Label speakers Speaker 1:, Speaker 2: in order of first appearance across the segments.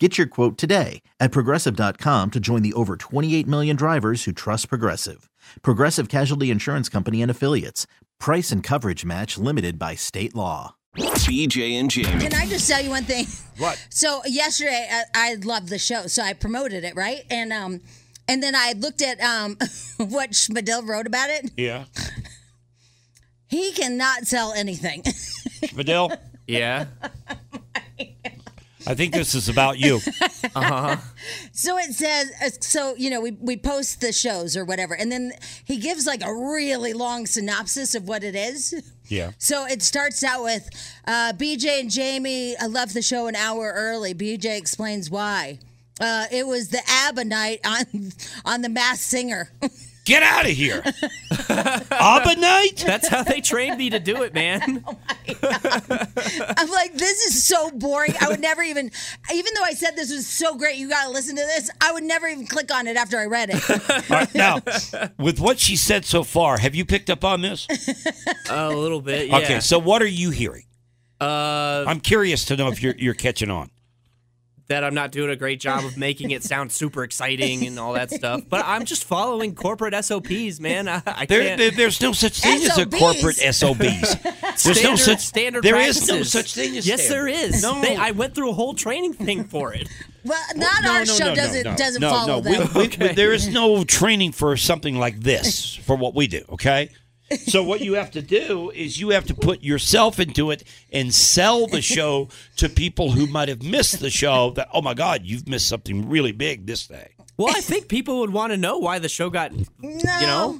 Speaker 1: Get your quote today at progressive.com to join the over 28 million drivers who trust Progressive. Progressive Casualty Insurance Company and Affiliates. Price and coverage match limited by state law.
Speaker 2: BJ and Jamie.
Speaker 3: Can I just tell you one thing?
Speaker 4: What?
Speaker 3: So yesterday, I, I loved the show, so I promoted it, right? And um, and then I looked at um, what Schmidl wrote about it.
Speaker 4: Yeah.
Speaker 3: He cannot sell anything.
Speaker 4: Fidel,
Speaker 5: Yeah.
Speaker 4: I think this is about you.
Speaker 3: so it says, uh, so you know, we we post the shows or whatever, and then he gives like a really long synopsis of what it is.
Speaker 4: Yeah.
Speaker 3: So it starts out with uh, BJ and Jamie. I left the show an hour early. BJ explains why. Uh, it was the ABBA night on on the Mass Singer.
Speaker 4: Get out of here. Abba night?
Speaker 5: That's how they trained me to do it, man.
Speaker 3: I'm like, this is so boring. I would never even, even though I said this was so great, you got to listen to this. I would never even click on it after I read it.
Speaker 4: All right, now, with what she said so far, have you picked up on this?
Speaker 5: a little bit. Yeah.
Speaker 4: Okay, so what are you hearing?
Speaker 5: Uh,
Speaker 4: I'm curious to know if you're you're catching on.
Speaker 5: that I'm not doing a great job of making it sound super exciting and all that stuff. But I'm just following corporate SOPs, man. I, I
Speaker 4: There,
Speaker 5: can't.
Speaker 4: there- there's no such thing as a
Speaker 3: SOBs.
Speaker 4: corporate SOBs. There's no
Speaker 5: Standard-
Speaker 4: such
Speaker 5: standard.
Speaker 4: There is
Speaker 5: practices.
Speaker 4: no such thing as
Speaker 5: Yes, there
Speaker 4: standard.
Speaker 5: is. They- I went through a whole training thing for it.
Speaker 3: Well, not
Speaker 4: No,
Speaker 3: our
Speaker 4: no,
Speaker 3: show
Speaker 4: no, no,
Speaker 3: doesn't
Speaker 4: no.
Speaker 3: doesn't
Speaker 4: No,
Speaker 3: follow
Speaker 4: no.
Speaker 3: that.
Speaker 4: We- we- we- there is no training for something like this for what we do. Okay. So what you have to do is you have to put yourself into it and sell the show to people who might have missed the show. That oh my God, you've missed something really big this day.
Speaker 5: Well, I think people would want to know why the show got, you know,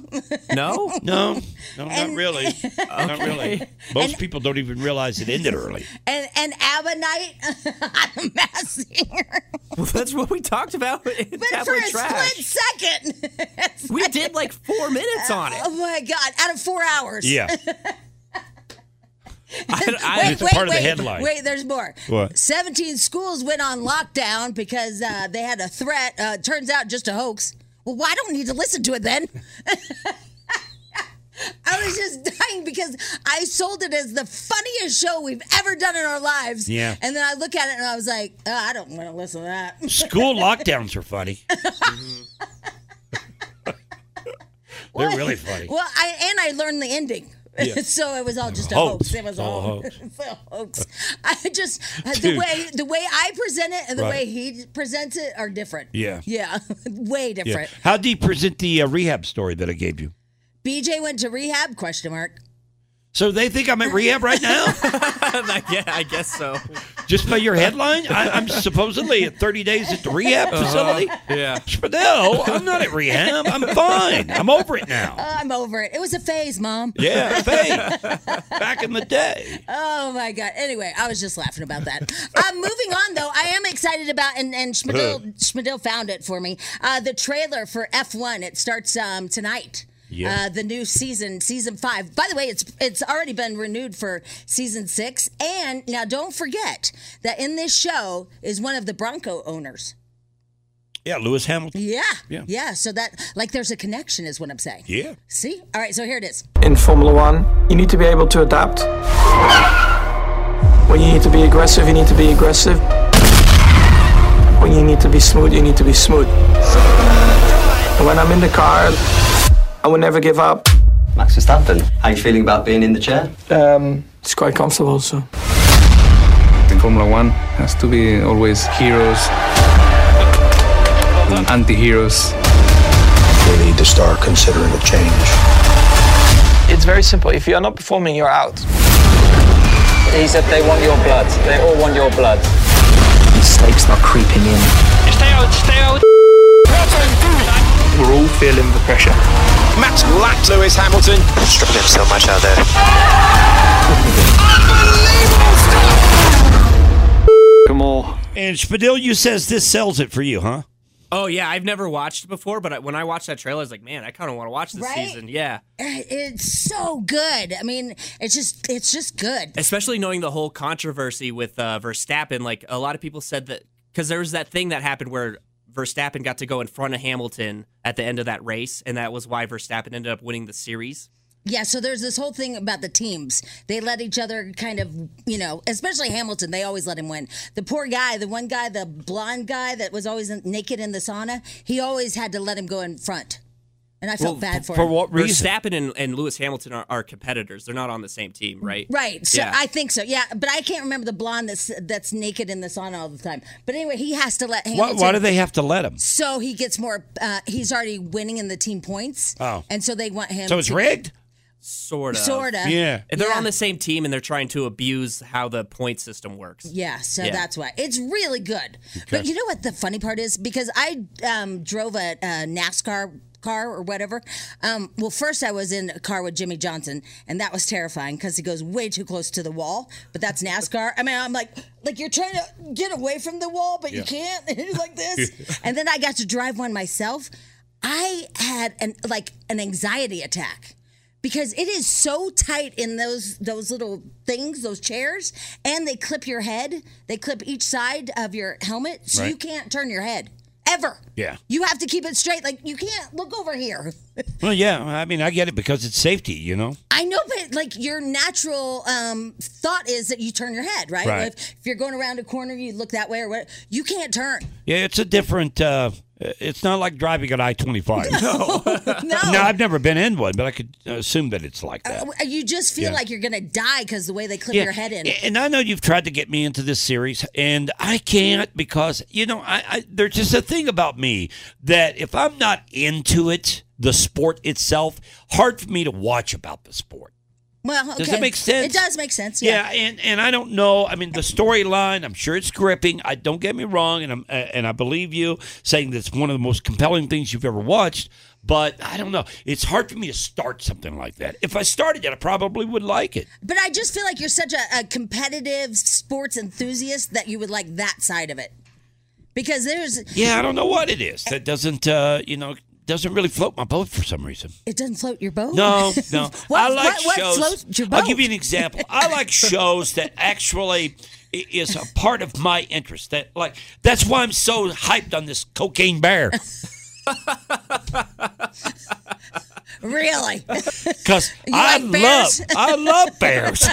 Speaker 5: no.
Speaker 4: No, no, not really, not really. Most people don't even realize it ended early.
Speaker 3: And and ABBA night on the Mass Singer,
Speaker 5: That's what we talked about. in
Speaker 3: but for
Speaker 5: Tablet
Speaker 3: a
Speaker 5: trash.
Speaker 3: split second, It's
Speaker 5: we
Speaker 3: like,
Speaker 5: did like four minutes on it.
Speaker 3: Oh my god! Out of four hours.
Speaker 4: Yeah,
Speaker 5: I, I-
Speaker 3: Wait,
Speaker 4: It's a
Speaker 3: wait,
Speaker 4: part of
Speaker 3: wait,
Speaker 4: the headline.
Speaker 3: Wait, there's more.
Speaker 4: What?
Speaker 3: 17 schools went on lockdown because uh, they had a threat. Uh, turns out just a hoax. Well, I don't need to listen to it then. I was just dying because I sold it as the funniest show we've ever done in our lives.
Speaker 4: Yeah.
Speaker 3: And then I look at it and I was like, oh, I don't want to listen to that.
Speaker 4: school lockdowns are funny. They're really funny.
Speaker 3: Well, I and I learned the ending.
Speaker 4: Yeah.
Speaker 3: so it was all just a
Speaker 4: Hoax.
Speaker 3: hoax. It was all,
Speaker 4: All
Speaker 3: hoax. hoax. I just uh, the
Speaker 4: Dude.
Speaker 3: way the way I present it and the way
Speaker 4: Right.
Speaker 3: he presents it are different.
Speaker 4: Yeah.
Speaker 3: Yeah. way different.
Speaker 4: How do you present the uh, rehab story that I gave you?
Speaker 3: BJ went to rehab question mark.
Speaker 4: So they think I'm at rehab right now
Speaker 5: yeah, I guess so.
Speaker 4: just by your headline? I, I'm supposedly at 30 days at the rehab facility.
Speaker 5: Yeah.
Speaker 4: Spadell, I'm not at rehab. I'm fine. I'm over it now.
Speaker 3: I'm over it. It was a phase, mom.
Speaker 4: Yeah, thanks. Back in the day.
Speaker 3: Oh my god. Anyway, I was just laughing about that. uh, moving on though, I am excited about and and Schmidl, Schmidl found it for me. Uh, the trailer for F1 it starts um, tonight.
Speaker 4: Yeah.
Speaker 3: Uh, the new season, season five. By the way, it's it's already been renewed for season six. And now, don't forget that in this show is one of the Bronco owners.
Speaker 4: Yeah, Lewis Hamilton.
Speaker 3: Yeah,
Speaker 4: Yeah.
Speaker 3: yeah. So that like, there's a connection, is what I'm saying.
Speaker 4: Yeah.
Speaker 3: See, all right. So here it is.
Speaker 6: in Formula One, you need to be able to adapt. When you need to be aggressive, you need to be aggressive. When you need to be smooth, you need to be smooth. And when I'm in the car, I will never give up.
Speaker 7: Max Verstappen, how you feeling about being in the chair?
Speaker 6: Um, it's quite comfortable, so.
Speaker 8: in Formula One has to be always heroes and anti-heroes.
Speaker 9: we need to start considering a change.
Speaker 6: It's very simple. If you're not performing, you're out.
Speaker 10: He said they want your blood. They all want your blood.
Speaker 9: Mistakes not creeping in.
Speaker 6: Stay out, stay out. We're all feeling the pressure.
Speaker 9: Max lapped Lewis Hamilton. Struggling so much out there.
Speaker 6: Come on.
Speaker 4: And Spadil, you says this sells it for you, huh?
Speaker 5: Oh yeah, I've never watched before, but I, when I watched that trailer, I was like, man, I kind of want to watch this
Speaker 3: Right?
Speaker 5: season. Yeah,
Speaker 3: Eh, It's so good. I mean, it's just it's just good.
Speaker 5: especially knowing the whole controversy with uh, Verstappen. Like a lot of people said that because there was that thing that happened where Verstappen got to go in front of Hamilton at the end of that race, and that was why Verstappen ended up winning the series.
Speaker 3: Yeah, so there's this whole thing about the teams. They let each other kind of, you know, especially Hamilton, they always let him win. The poor guy, the one guy, the blonde guy that was always in, naked in the sauna, he always had to let him go in front. And I felt bad for,
Speaker 4: for
Speaker 3: him.
Speaker 4: what reason?
Speaker 5: Verstappen and, and Lewis Hamilton are, are competitors. They're not on the same team, right?
Speaker 3: Right. So
Speaker 5: Yeah.
Speaker 3: I think so. Yeah, but I can't remember the blonde that's that's naked in the sauna all the time. But anyway, he has to let
Speaker 4: Why,
Speaker 3: Hamilton
Speaker 4: why do they have to let him?
Speaker 3: so he gets more uh, he's already winning in the team points.
Speaker 4: Oh.
Speaker 3: And so they want him
Speaker 4: So it's
Speaker 3: to-
Speaker 4: rigged.
Speaker 5: Sort of.
Speaker 3: Sorta.
Speaker 4: Yeah.
Speaker 5: And They're
Speaker 3: Yeah.
Speaker 5: on the same team, and they're trying to abuse how the point system works.
Speaker 3: Yeah, so
Speaker 5: Yeah.
Speaker 3: that's why it's really good. But you know what the funny part is? Because I um, drove a, a NASCAR car or whatever. Um, well, first I was in a car with Jimmy Johnson, and that was terrifying because he goes way too close to the wall. But that's NASCAR. I mean, I'm like, like you're trying to get away from the wall, but you can't. And he's like this. and then I got to drive one myself. I had an like an anxiety attack because it is so tight in those those little things, those chairs, and they clip your head. They clip each side of your helmet, so you
Speaker 4: Right.
Speaker 3: can't turn your head ever.
Speaker 4: Yeah.
Speaker 3: you have to keep it straight. Like you can't look over here.
Speaker 4: Well, yeah. I mean, I get it because it's safety, you know.
Speaker 3: I know, but like your natural um, thought is that you turn your head, right?
Speaker 4: Right.
Speaker 3: If, if you're going around a corner, you look that way or what? You can't turn.
Speaker 4: Yeah, it's a different. Uh, it's not like driving an I twenty five. No,
Speaker 3: No.
Speaker 4: I've never been in one, but I could assume that it's like that.
Speaker 3: you just feel
Speaker 4: Yeah.
Speaker 3: like you're gonna die because the way they clip Uh, your head in.
Speaker 4: And I know you've tried to get me into this series, and I can't because you know I, I there's just a thing about me that if I'm not into it, the sport itself, hard for me to watch about the sport.
Speaker 3: Well, okay.
Speaker 4: Does that make sense?
Speaker 3: It does make sense.
Speaker 4: Yeah, and, and I don't know. I mean, the storyline. I'm sure it's gripping. I don't get me wrong, and I'm uh, and I believe you saying that's one of the most compelling things you've ever watched. But I don't know. It's hard for me to start something like that. If I started it, I probably would like it.
Speaker 3: But I just feel like you're such a, a competitive sports enthusiast that you would like that side of it. Because there's,
Speaker 4: Yeah, I don't know what it is that doesn't uh, you know doesn't really float my boat for some reason.
Speaker 3: it doesn't float your boat.
Speaker 4: No, no.
Speaker 3: what,
Speaker 4: I like
Speaker 3: what,
Speaker 4: shows.
Speaker 3: What floats your boat?
Speaker 4: I'll give you an example. I like shows that actually i- is a part of my interest. That like that's why I'm so hyped on this cocaine bear.
Speaker 3: really?
Speaker 4: Because I
Speaker 3: like
Speaker 4: love
Speaker 3: bears?
Speaker 4: I love bears.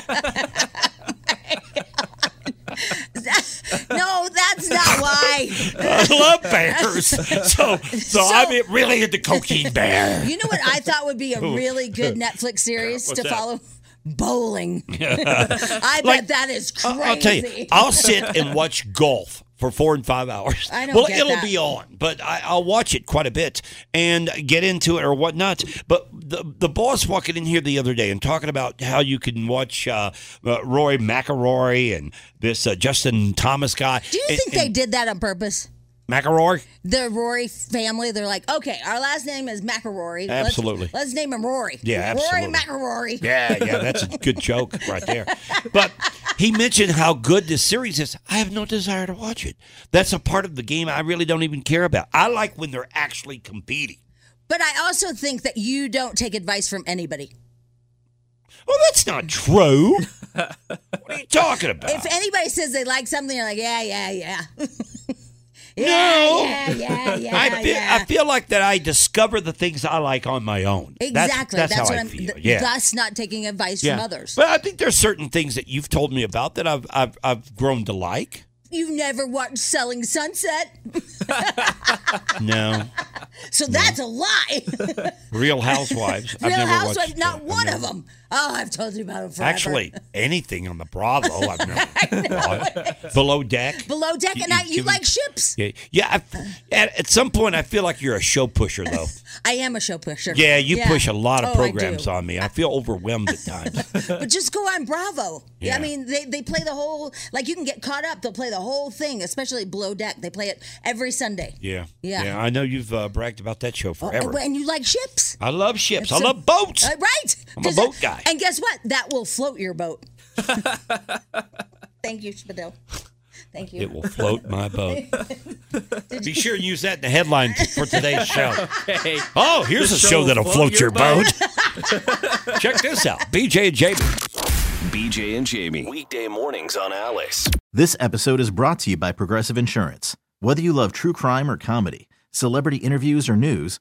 Speaker 3: no, that's not why.
Speaker 4: I love bears. So so, I'm really into cocaine bear.
Speaker 3: You know what I thought would be a really good Netflix series to
Speaker 4: that?
Speaker 3: follow? Bowling. I bet
Speaker 4: Like-
Speaker 3: that is crazy.
Speaker 4: I'll tell you, I'll sit and watch golf for four and five hours.
Speaker 3: I don't
Speaker 4: well,
Speaker 3: get
Speaker 4: it'll
Speaker 3: that.
Speaker 4: be on, but I, I'll watch it quite a bit and get into it or whatnot. But the the boss walking in here the other day and talking about how you can watch uh, uh, Roy McElroy and this uh, Justin Thomas guy.
Speaker 3: Do you
Speaker 4: and,
Speaker 3: think they did that on purpose?
Speaker 4: they McElroy?
Speaker 3: The Rory family, they're like, okay, our last name is McElrory. Let's-
Speaker 4: Absolutely.
Speaker 3: Let's, name him Rory.
Speaker 4: Yeah,
Speaker 3: Rory
Speaker 4: absolutely.
Speaker 3: McElrory.
Speaker 4: Yeah, yeah, that's a good joke right there. But he mentioned how good this series is. I have no desire to watch it. That's a part of the game I really don't even care about. I like when they're actually competing.
Speaker 3: But I also think that you don't take advice from anybody.
Speaker 4: Well, that's not true. what are you talking about?
Speaker 3: If anybody says they like something, you're like, yeah, yeah, yeah. yeah,
Speaker 4: No.
Speaker 3: Yeah, yeah, yeah.
Speaker 4: I, feel,
Speaker 3: yeah.
Speaker 4: I feel like that I discover the things I like on my own. That's-
Speaker 3: exactly.
Speaker 4: That's, how
Speaker 3: what
Speaker 4: I
Speaker 3: am
Speaker 4: feel.
Speaker 3: th-
Speaker 4: yeah.
Speaker 3: Thus, not taking advice
Speaker 4: yeah.
Speaker 3: from others.
Speaker 4: But I think there's certain things that you've told me about that I've I've, I've grown to like.
Speaker 3: you never watched Selling Sunset,
Speaker 4: No,
Speaker 3: so that's a lie.
Speaker 4: Real Housewives. I've
Speaker 3: Real
Speaker 4: never
Speaker 3: Housewives,
Speaker 4: watched
Speaker 3: not
Speaker 4: that.
Speaker 3: one
Speaker 4: I've
Speaker 3: of
Speaker 4: never-
Speaker 3: them. Oh, I've told you about them forever.
Speaker 4: Actually, anything on the Bravo, I've never watched. Below Deck.
Speaker 3: Below Deck, and
Speaker 4: you-
Speaker 3: I, you
Speaker 4: you-
Speaker 3: like ships.
Speaker 4: Yeah, yeah. I, at, at some point, I feel like you're a show pusher, though.
Speaker 3: I am a show pusher.
Speaker 4: Yeah, you push a lot
Speaker 3: Oh, I
Speaker 4: of
Speaker 3: do.
Speaker 4: programs on me. I feel overwhelmed at times.
Speaker 3: But just go on Bravo. Yeah. I
Speaker 4: Yeah.
Speaker 3: mean, they, they play the whole, like, you can get caught up. They'll play the whole thing, especially Below Deck. They play it every Sunday.
Speaker 4: Yeah.
Speaker 3: Yeah.
Speaker 4: I know you've uh, bragged about that show forever.
Speaker 3: Oh, and you like ships.
Speaker 4: I love ships. I
Speaker 3: So-
Speaker 4: love boats.
Speaker 3: Uh, right.
Speaker 4: I'm a
Speaker 3: 'Cause-
Speaker 4: boat guy.
Speaker 3: And guess what? That will float your boat. Thank you, Spadil. Thank you.
Speaker 4: It will float my boat. Be sure and use that in the headline for today's show.
Speaker 5: Hey,
Speaker 4: Oh, here's a show that'll float your boat. Check this out. BJ and Jamie.
Speaker 9: BJ and Jamie. Weekday mornings on Alice.
Speaker 1: This episode is brought to you by Progressive Insurance. Whether you love true crime or comedy, celebrity interviews or news,